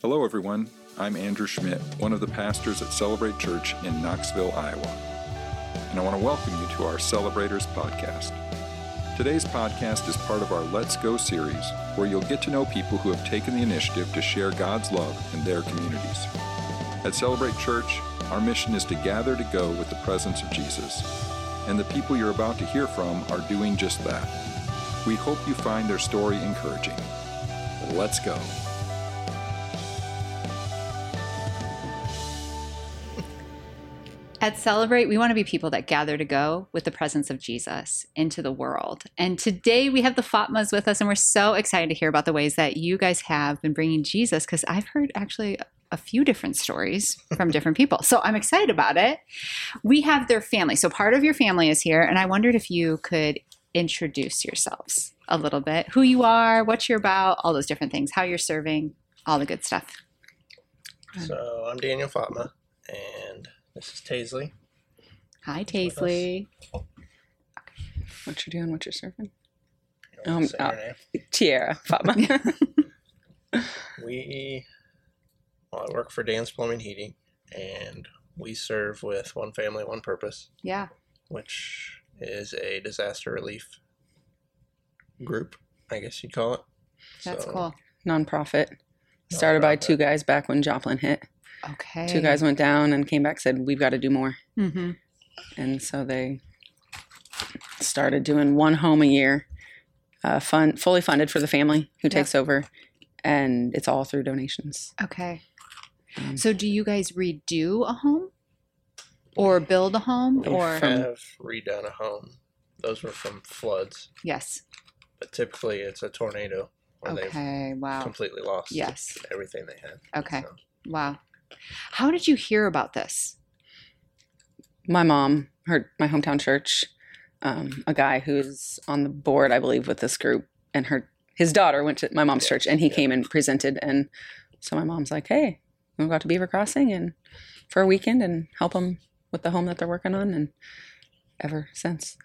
Hello, everyone. I'm Andrew Schmidt, one of the pastors at Celebrate Church in Knoxville, Iowa. And I want to welcome you to our Celebrators podcast. Today's podcast is part of our Let's Go series, where you'll get to know people who have taken the initiative to share God's love in their communities. At Celebrate Church, our mission is to gather to go with the presence of Jesus. And the people you're about to hear from are doing just that. We hope you find their story encouraging. Let's go. At Celebrate, we want to be people that gather to go with the presence of Jesus into the world. And today we have the Fatmas with us, and we're so excited to hear about the ways that you guys have been bringing Jesus because I've heard actually a few different stories from different people. So I'm excited about it. We have their family. So part of your family is here, and I wondered if you could introduce yourselves a little bit who you are, what you're about, all those different things, how you're serving, all the good stuff. So I'm Daniel Fatma, and this is Taisley. Hi, Taisley. What you're doing, what you're serving. You don't have to uh, Um, say her Tiara Fatma. name. We, well, I work for Dan's Plumbing Heating, and we serve with One Family, One Purpose, Yeah. which is a disaster relief group, I guess you'd call it. That's So, cool. Nonprofit. Started by Nonprofit. two guys back when Joplin hit. Okay. Two guys went down and came back said, We've got to do more. Mm-hmm. And so they started doing one home a year, uh, fun, fully funded for the family who Yeah. takes over. And it's all through donations. Okay. Um, So do you guys redo a home or build a home Yeah. or From- have redone a home. Those were from floods, yes. but typically it's a tornado where they've Okay. Wow. completely lost Yes. everything they had. Okay. So, Wow. How did you hear about this? my mom, her my hometown church, um, a guy who's on the board, I believe, with this group, and her his daughter went to my mom's Yeah, church, and he yeah. came and presented, and so my mom's like, "Hey, we got to Beaver Crossing and for a weekend and help them with the home that they're working on," and ever since,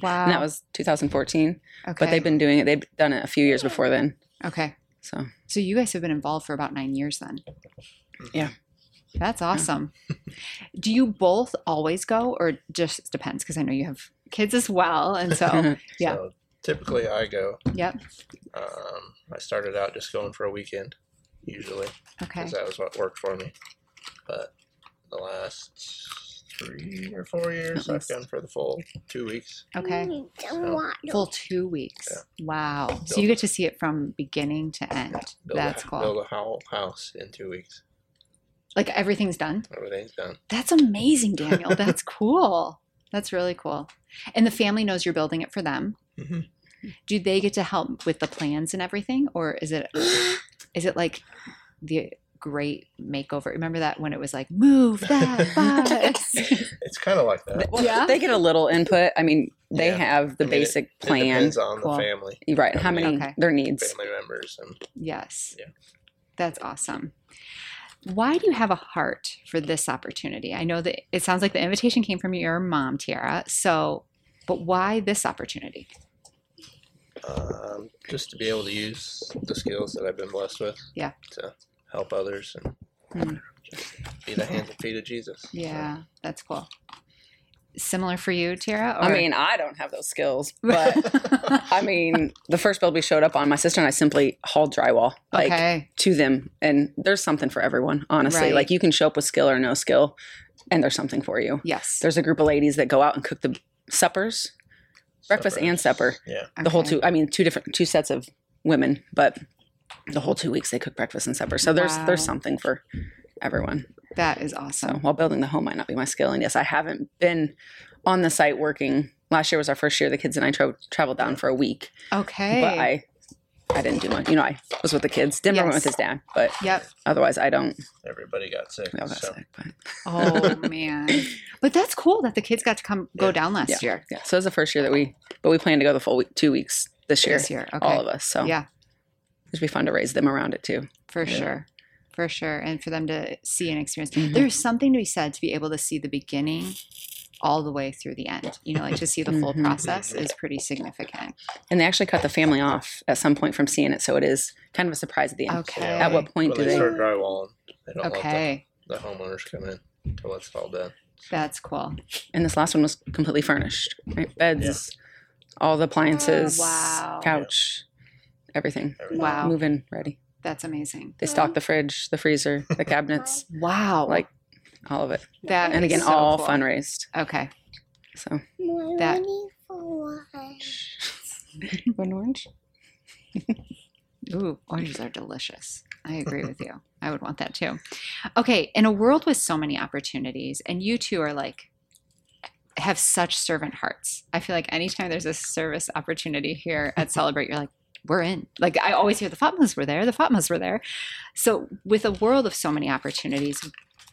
Wow. and that was 2014. okay. But they've been doing it; they've done it a few years before then. okay. So So you guys have been involved for about nine years then. Yeah. That's awesome. Do you both always go or just depends? Because I know you have kids as well. And so, Yeah. so typically I go. yep. Um, I started out just going for a weekend, usually, Okay. because that was what worked for me. But the last three or four years, I've least. gone for the full two weeks. Okay. Mm, So, Full two weeks. Wow. So Build you get to see it from beginning to end. build That's a, cool. Build a whole house in two weeks. Like everything's done. Everything's done. That's amazing, Daniel. That's cool. That's really cool. And the family knows you're building it for them. Mhm. Do they get to help with the plans and everything, or is it is it like the great makeover? Remember that when it was like move that bus? It's kind of like that. Yeah. they get a little input. I mean, they Yeah. have the I mean, it- basic It plan, depends on Cool. the family, right? How many Okay. their needs? family members, and yes. Yeah. That's awesome. Why do you have a heart for this opportunity? I know that it sounds like the invitation came from your mom, Tiara. So, but why this opportunity? um, just to be able to use the skills that I've been blessed with. Yeah. To help others and Hmm. just be the hands and feet of Jesus. So, Yeah, that's cool. Similar for you, Tara? I mean, I don't have those skills, but I mean, the first build we showed up on, my sister and I simply hauled drywall like okay, to them, and there's something for everyone. Honestly, Right. like you can show up with skill or no skill, and there's something for you. yes, There's a group of ladies that go out and cook the breakfast, breakfast and supper, Yeah. the whole Okay. two. I mean, two different two sets of women, but the whole two weeks they cook breakfast and supper. So there's Wow. there's something for everyone. That is So awesome. while building the home might not be my skill, and yes, I haven't been on the site working. Last year was our first year. The kids and I tra- traveled down for a week Okay, but I I didn't do one. You know, I was with the kids. Denver went with Yes. his dad, but yep. otherwise I don't. Everybody got sick. We all got so. sick. But Oh man, but that's cool that the kids got to come go Yeah. down last year. yeah, so it was the first year that we, but we plan to go the full week, two weeks this year, This year, okay, all of us. So yeah, it'd be fun to raise them around it too. for Yeah. sure, for sure, and for them to see and experience. Mhm. There's something to be said to be able to see the beginning, all the way through the end. You know, like to see the full Mhm. process is pretty significant. And they actually cut the family off at some point from seeing it, so it is kind of a surprise at the end. Okay. At what point when do they, they- start drywalling? They don't let Okay, the, the homeowners come in until it's all done. that's cool. And this last one was completely furnished. Right? Beds, all the appliances, Oh, Wow. couch, everything. Everything. Wow, Move in ready. that's amazing. They stocked the fridge, the freezer, the cabinets, Wow, Like- all of it. that And is again, so all cool. fundraised. Okay, So More That- money for what? an orange. Ooh, oranges are delicious. I agree with you. I would want that too. Okay, in a world with so many opportunities, and you two are like, have such servant hearts. I feel like anytime there's a service opportunity here at Celebrate, you're like, we're in. Like, I always hear the Fatmas were there, the Fatmas were there. So, with a world of so many opportunities,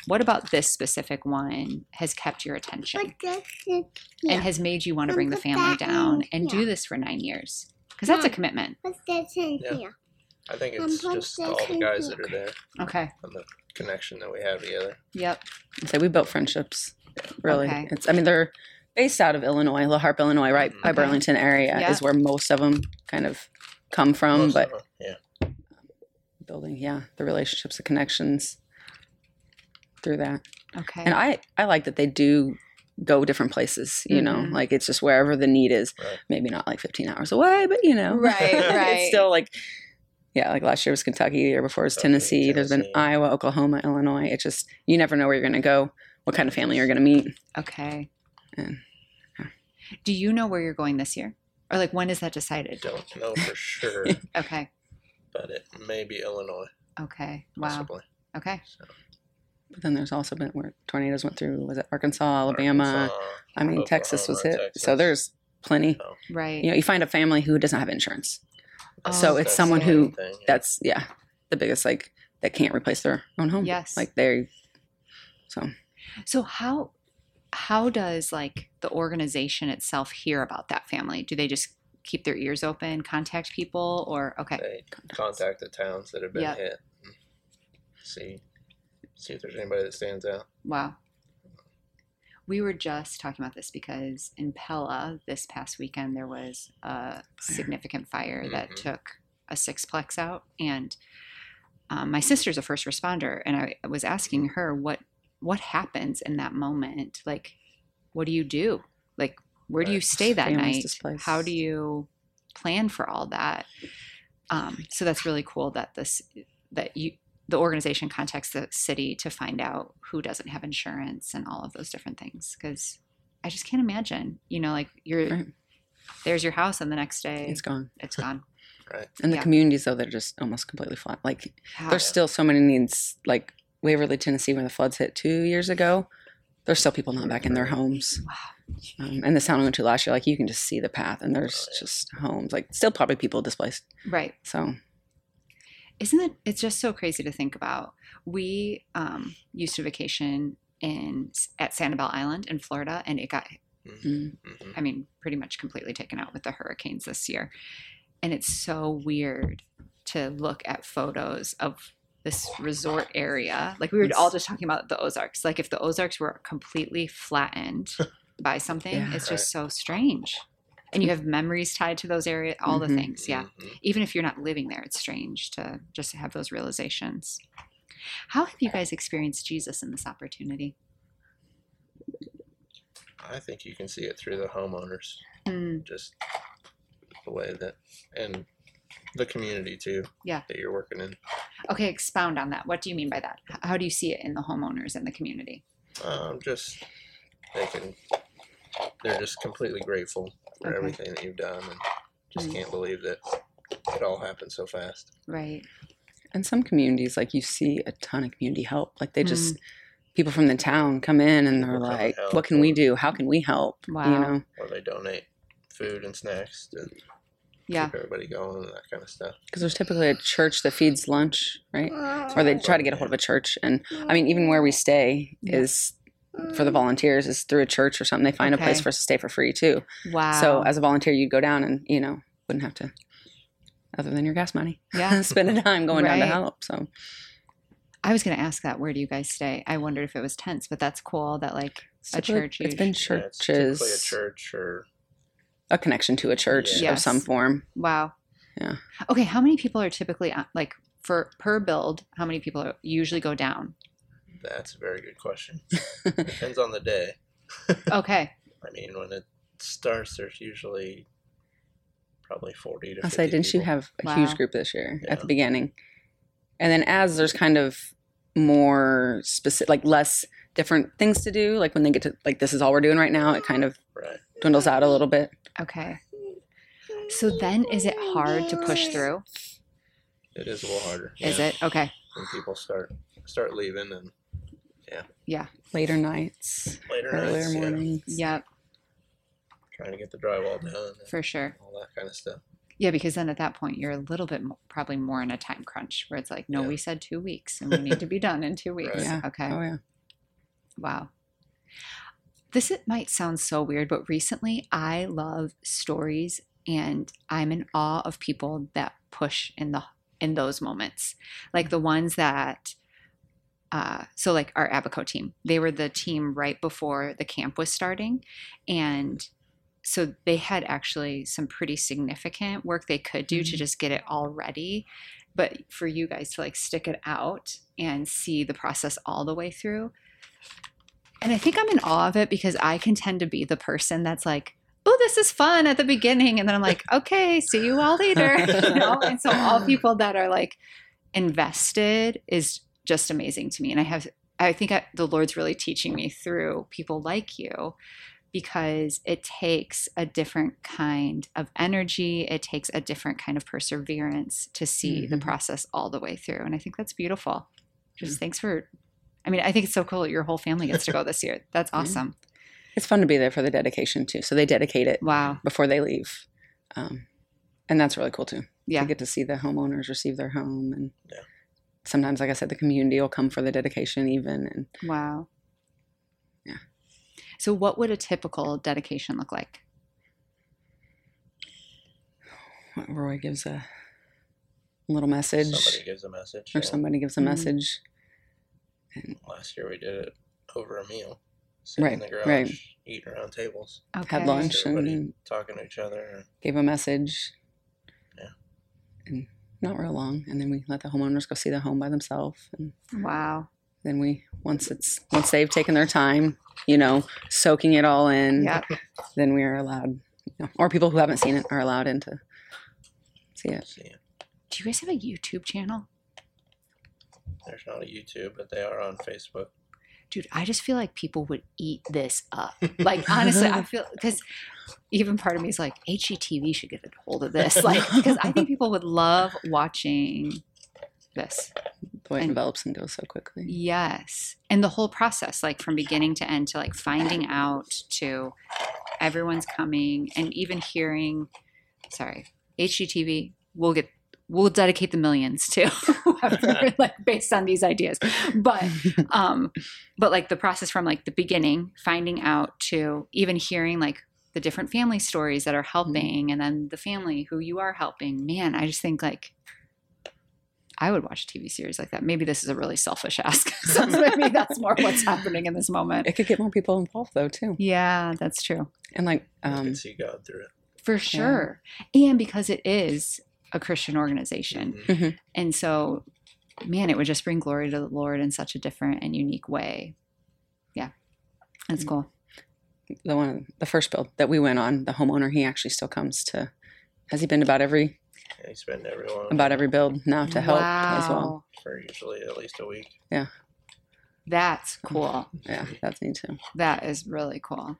what about this specific one has kept your attention But that's it. Yeah. and has made you want to And bring the put family that down in and do here. this for nine years? Because that's a Mom. commitment. But that's in Yeah. here. I think Um, it's but just that's all the in guys here. that are there Okay. and the connection that we have together. Yep. So we built friendships. Really. Okay. It's I mean they're based out of Illinois, La Harpe, Illinois, right by Okay. Burlington area Yeah. is where most of them kind of come from, Most Um, of but them, yeah, building yeah the relationships the connections through that Okay. and i i like that they do go different places you know Mhm. like it's just wherever the need is Right. maybe not like 15 hours away but you know Right, right. it's still like yeah like last year was kentucky the year before was Kentucky, tennessee. there's been Tennessee. iowa oklahoma illinois it just you never know where you're going to go what kind of family you're going to meet okay. and Do you know where you're going this year? Or like when is that I decided? don't know for sure, Okay. but it may be Illinois, Okay. Wow. possibly. Okay. So, but then there's also been where tornadoes went through was it arkansas alabama Arkansas, i mean texas was hit Oklahoma, so Texas. there's plenty so Right. you know you find a family who doesn't have insurance that's- So it's that's someone the who- main thing, yeah. that's yeah the biggest like that can't replace their own home Yes. like they so So how how does like the organization itself hear about that family? Do they just keep their ears open, contact people or okay. they contact the towns that have been Yep. hit. and See, see if there's anybody that stands out. Wow. We were just talking about this because in Pella this past weekend there was a significant fire that Mhm. took a sixplex out, and um, my sister's a first responder, and I was asking her what what happens in that moment, like what do you do, like where do you Right. stay that Families night, displaced. how do you plan for all that? Um, so that's really cool that this that you the organization contacts the city to find out who doesn't have insurance and all of those different things because i just can't imagine you know like you're Right. there's your house and the next day it's gone it's gone and the Yeah. communities though they're just almost completely flat like Wow. there's still so many needs like waverly tennessee where the floods hit two years ago there's still people not back in their homes Wow. um, and the sound we went to last year like you can just see the path and there's Oh, yeah. just homes like still probably people displaced right so isn't it it's just so crazy to think about we um used to vacation in at sanibel island in florida and it got Mhm, mm, mhm. I mean, pretty much completely taken out with the hurricanes this year. And it's so weird to look at photos of this resort area. Like we were all just talking about the Ozarks. Like if the Ozarks were completely flattened by something, Yeah. it's just so strange. And you have memories tied to those areas, all Mhm. the things. Yeah. Mhm. Even if you're not living there, it's strange to just have those realizations. How have you guys experienced Jesus in this opportunity? I think you can see it through the homeowners, Mm, just the way that, and the community too. Yeah. That you're working in. Okay, expound on that. What do you mean by that? H- How do you see it in the homeowners and the community? Um, just they can, they're just completely grateful for Okay. everything that you've done, and just Mm. can't believe that it all happened so fast. Right. And some communities, like you see a ton of community help. Like they just people from the town come in and they're People come and like, help "What can we or- do? How can we help?" You Wow. know, Or they donate food and snacks to Yeah. keep everybody going and that kind of stuff. because there's typically a church that feeds lunch, right? Or Oh, they try to get a hold of a church. And I mean, even where we stay Yeah. is for the volunteers is through a church or something. They find a place Okay. for us to stay for free too. Wow. So as a volunteer, you'd go down and you know wouldn't have to, other than your gas money, yeah, spend a dime going down to Oh, Right. help. So I was going to ask that. Where do you guys stay? I wondered if it was tense, but that's cool. That like It's A typically- church It's been Yeah, it's typically churches. a a, church or connection to a church Yeah. of some Yes. form. Wow. Yeah. Okay. How many people are typically on- like for per build? How many people are, usually go down? that's a very good question. Depends on the day. Okay. I mean, when it starts, there's usually probably 40 to I'll say, 50 didn't you people. have a Wow. huge group this year at Yeah. the beginning? And then as there's kind of more specific, like less different things to do, like when they get to, like, this is all we're doing right now, it kind of Right. dwindles out a little bit. Okay. So then, is it hard to push through? It is a little harder. Is yeah, it okay? When people start start leaving and Later nights, later earlier nights, yeah, mornings. Yep, trying to get the drywall done and for sure. all that kind of stuff. Yeah, because then at that point you're a little bit mo probably more in a time crunch where it's like, no, Yeah. we said two weeks and we need to be done in two weeks. Right. Yeah. Okay. Oh, yeah. Wow. This it might sound so weird, but recently I love stories and I'm in awe of people that push in the in those moments. Like the ones that uh, so like our Abaco team, they were the team right before the camp was starting, and so they had actually some pretty significant work they could do to Mhm. just get it all ready. But for you guys to like stick it out and see the process all the way through, and I think I'm in awe of it because I can tend to be the person that's like, oh, this is fun at the beginning. And then I'm like, okay, see you all later. you know? And so all people that are like invested is just amazing to me. And I have, I think I, the Lord's really teaching me through people like you because it takes a different kind of energy. It takes a different kind of perseverance to see the Mhm. process all the way through. And I think that's beautiful. Just thanks for I mean, I think it's so cool. that Your whole family gets to go this year. That's Yeah. awesome. It's fun to be there for the dedication, too. So they dedicate it Wow. before they leave. Um, and that's really cool, too. Yeah. to get to see the homeowners receive their home and Yeah. sometimes like i said the community will come for the dedication even and Wow. Yeah. So, what would a typical dedication look like? what roy gives a little message Somebody gives a message. or yeah. somebody gives a Mhm. message Last year we did it over a meal, sitting in the Right, garage, right. eating around tables, Okay. had lunch Everybody. and talking to each other. gave a message Yeah. and not real long and then we let the homeowners go see the home by themselves and Wow. then we once it's once they've taken their time you know soaking it all in Yeah. then we are allowed you know, or people who haven't seen it are allowed in to see it See, Do you guys have a YouTube channel? there's not a YouTube, but they are on Facebook. Dude, I just feel like people would eat this up. Like, honestly, I feel because even part of me is like, HGTV should get a hold of this. Like, because I think people would love watching this. the way it And- envelops and goes so quickly Yes. And the whole process, like from beginning to end, to like finding out to everyone's coming and even hearing, sorry, HGTV, we'll get, we'll dedicate the millions to whoever, like based on these ideas. But, um, but like the process from like the beginning, finding out to even hearing like the different family stories that are helping and then the family who you are helping, man, I just think like, I would watch a TV series like that. Maybe this is a really selfish ask. so maybe that's more what's happening in this moment. it could get more people involved though too Yeah, that's true. and like You um can see God through it. For sure. And because it is a Christian organization. Mhm. And so, man, it would just bring glory to the Lord in such a different and unique way. Yeah. That's Mhm. cool. the one the first build that we went on the homeowner he actually still comes to has he been about every And you spend everyone about every build now to help as well Wow. for usually at least a week. That's cool. yeah that's neat too That is really cool.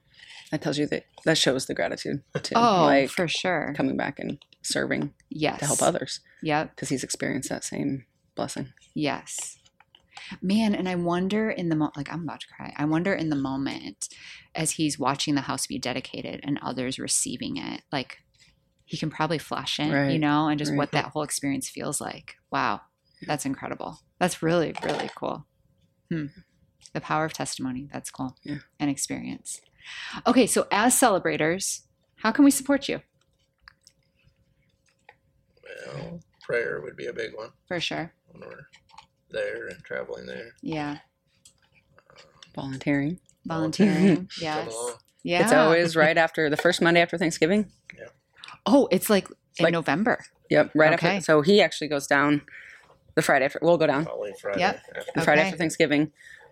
that tells you that that shows the gratitude too Oh, like for sure. coming back and serving Yes. to help others Yep. because he's experienced that same blessing Yes. Man, and I wonder in the moment, like I'm about to cry. I wonder in the moment as he's watching the house be dedicated and others receiving it, like he can probably flash in, you Right, know, and just what right. that whole experience feels like. Wow, that's incredible. That's really, really cool. Hmm. The power of testimony. That's cool. Yeah. And experience. Okay, so as celebrators, how can we support you? Well, prayer would be a big one For sure. when we're there and traveling there. Yeah. volunteering volunteering. Come yes. along. Yeah. It's always right after the first Monday after Thanksgiving. oh, it's like in like- November. Yep, right Okay. after. So he actually goes down the Friday after. We'll go down Probably Friday. Yep. after. the Friday Okay. after Thanksgiving,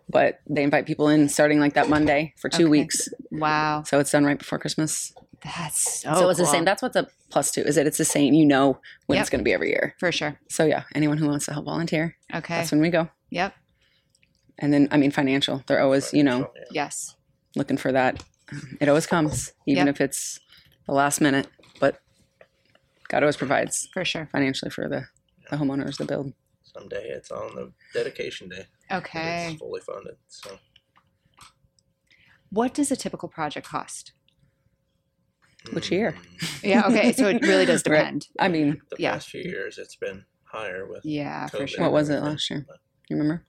but they invite people in starting like that Monday for two Okay. weeks. Wow. So it's done right before Christmas. That's so, so it's the Oh, cool. same. That's what's a plus two is that it's the same. You know when it's Yep. going to be every year. for sure. So yeah, anyone who wants to help volunteer, Okay. that's when we go. Yep. And then I mean financial. They're always you know So, yeah. Yes. looking for that. It always comes, even Yep. if it's the last minute. But God always provides For sure. financially for the the homeowners to build. Someday it's on the dedication day. Okay. It's fully funded. So What does a typical project cost? Which year? mm, Yeah. Okay. So it really does Right. depend. I mean, The Yeah. past few years, it's been higher with. Yeah, for COVID sure. what was it and everything, last year? but You remember?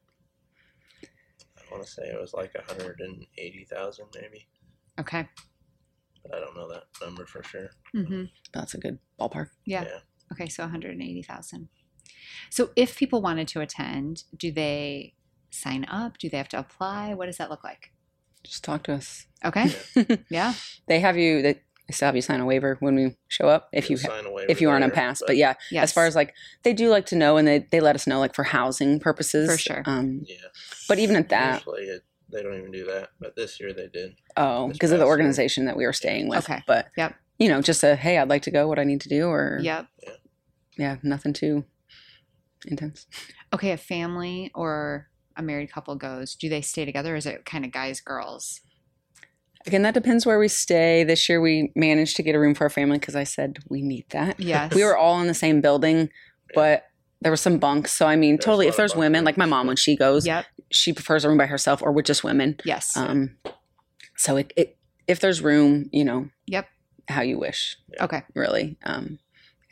I want to say it was like a hundred and eighty thousand, maybe, Okay. but I don't know that number for sure. hmm That's a good ballpark. Yeah. Yeah. Okay. So 180,000. So if people wanted to attend, do they sign up? Do they have to apply? What does that look like? Just talk to us. Okay. yeah. they have you they they still have you sign a waiver when we show up if you You'll ha- sign away if you aren't on pass but yeah Yes. as far as like they do like to know and they, they let us know like for housing purposes For sure. um yeah, but even at that usually it, they don't even do that, but this year they did. oh This because of the past year. organization that we were staying with Okay. but Yep. you know just a hey i'd like to go what i need to do or Yep. yeah nothing too intense Okay. A family or a married couple goes, do they stay together? Or is it kind of guys, girls? again that depends where we stay this year we managed to get a room for our family because i said we need that Yes. we were all in the same building but there were some bunks so i mean There's a totally lot if of there's bunk women like my rooms. mom when she goes Yep. she prefers a room by herself or with just women. Yes. Um, so it, it if there's room, you know. Yep. How you wish, okay. really. Um,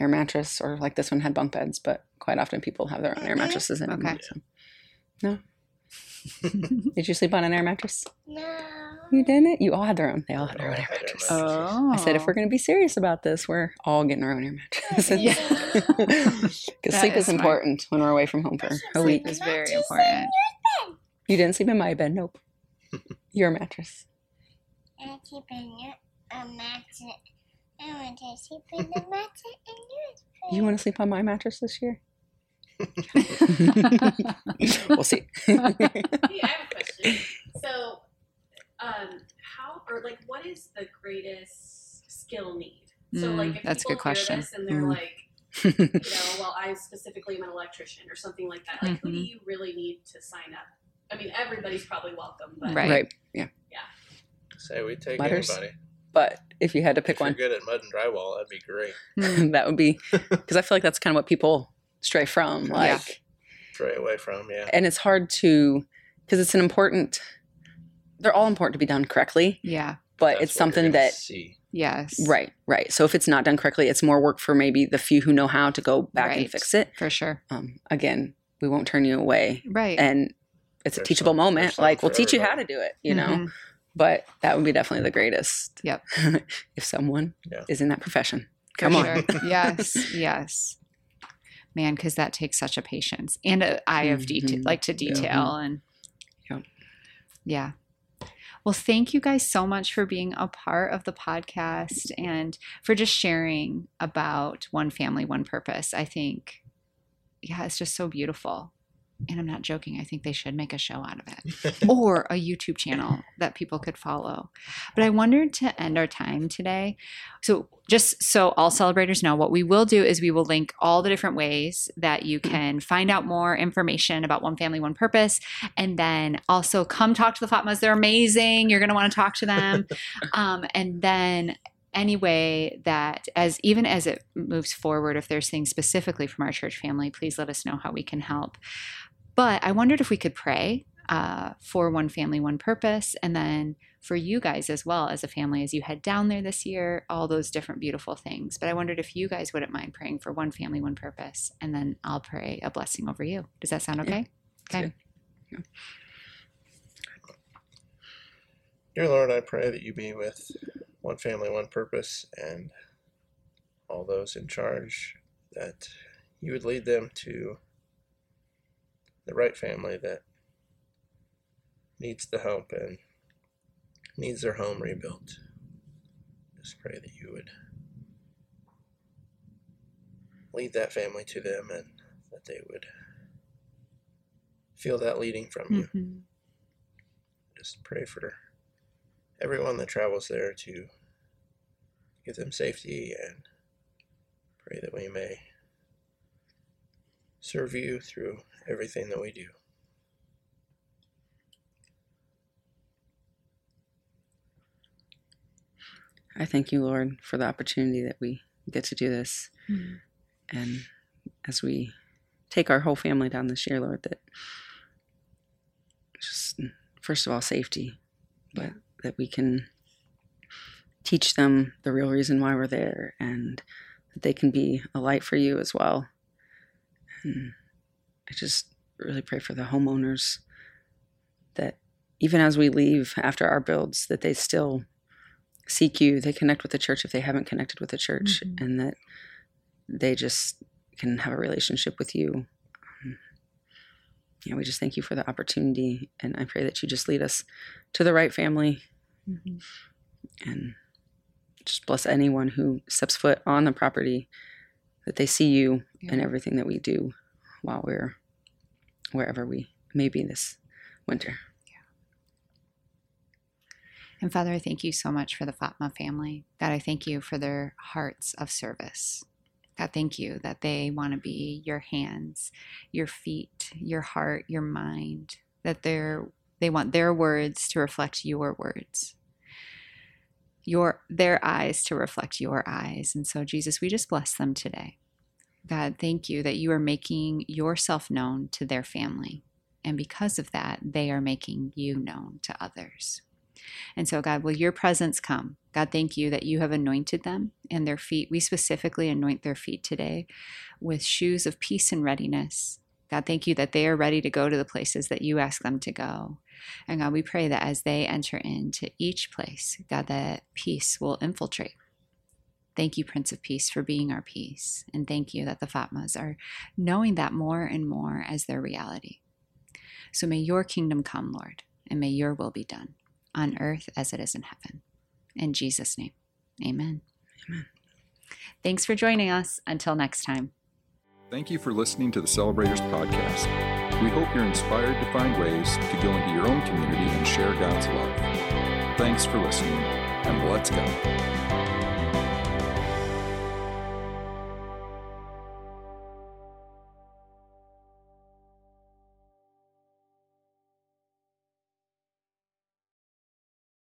air mattress or like this one had bunk beds, but quite often people have their own air mattresses anymore. Mm-hmm. Okay. so. No. Um, Did you sleep on an air mattress? No. You didn't. You all had their own. They all They had their own all air had their mattress. mattresses. Oh. I said, if we're going to be serious about this, we're all getting our own air mattresses. Yeah. Because That sleep is is, smart. important when we're away from home for a week. Sleep is very important. You didn't sleep in my bed. Nope. Your mattress. I keep in your a mattress. I want to sleep in the mattress in yours. You want to sleep on my mattress this year? we'll see. Hey, I have a question. So, um, how or like, what is the greatest skill need? So, Mm, like, if that's a good people hear question. this and they're Mm. like, you know, well, I specifically am an electrician or something like that. Like, who Mm-hmm. do you really need to sign up? I mean, everybody's probably welcome, but Right. right. Say we take Letters. anybody. But if you had to if pick you're one, good at mud and drywall, that'd be great. that would be because I feel like that's kind of what people stray from. Like, Stray away from yeah. and it's hard to because it's an important. They're all important to be done correctly, yeah. That's what but it's you're something gonna that see. Yes. right, right. So if it's not done correctly, it's more work for maybe the few who know how to go back Right. and fix it. For sure. Um, again, we won't turn you away, Right. and it's a There's teachable some- there's moment. some Like for we'll teach you how to everybody. do it. You know. Mhm. but that would be definitely the greatest. Yep. if someone Yeah. is in that profession. For Come on. sure. yes. Yes. Man, because that takes such a patience and an eye of detail, Mhm. like to Yeah. detail and. Yep. Yeah. Well, thank you guys so much for being a part of the podcast and for just sharing about one family, one purpose. I think, yeah, it's just so beautiful. And I'm not joking. I think they should make a show out of it or a YouTube channel that people could follow. But I wondered to end our time today. So, just so all celebrators know, what we will do is we will link all the different ways that you can find out more information about One Family, One Purpose. And then also come talk to the Fatmas. They're amazing. You're going to want to talk to them. um, and then any way that as even as it moves forward if there's things specifically from our church family please let us know how we can help but i wondered if we could pray uh, for one family one purpose and then for you guys as well as a family as you head down there this year all those different beautiful things but i wondered if you guys wouldn't mind praying for one family one purpose and then i'll pray a blessing over you does that sound okay okay Dear Lord, I pray that you be with one family, one purpose, and all those in charge, that you would lead them to the right family that needs the help and needs their home rebuilt. Just pray that you would lead that family to them and that they would feel that leading Hmm. from you. Mhm. Just pray for everyone that travels there to give them safety and pray that we may serve you through everything that we do. I thank you, Lord, for the opportunity that we get to do this. Mm. And as we take our whole family down this year, Lord, that just, first of all, safety, but that we can teach them the real reason why we're there and that they can be a light for you as well. And I just really pray for the homeowners that even as we leave after our builds, that they still seek you they connect with the church if they haven't connected with the church Mhm. and that they just can have a relationship with you um, yeah we just thank you for the opportunity and i pray that you just lead us to the right family Mhm. and just bless anyone who steps foot on the property that they see you Yeah. and everything that we do while we're wherever we may be this winter And Father, I thank you so much for the Fatma family. God, I thank you for their hearts of service. God, thank you that they want to be your hands, your feet, your heart, your mind, that they're they want their words to reflect your words. Your their eyes to reflect your eyes. And so Jesus, we just bless them today. God, thank you that you are making yourself known to their family. And because of that, they are making you known to others. And so, God, will your presence come? God, thank you that you have anointed them and their feet. We specifically anoint their feet today with shoes of peace and readiness. God, thank you that they are ready to go to the places that you ask them to go. And God, we pray that as they enter into each place, God, that peace will infiltrate. Thank you, Prince of Peace, for being our peace. And thank you that the Fatmas are knowing that more and more as their reality. So may your kingdom come, Lord, and may your will be done on earth as it is in heaven. In Jesus' name, amen. Amen. Thanks for joining us. Until next time. Thank you for listening to the Celebrators Podcast. We hope you're inspired to find ways to go into your own community and share God's love. Thanks for listening, and let's go.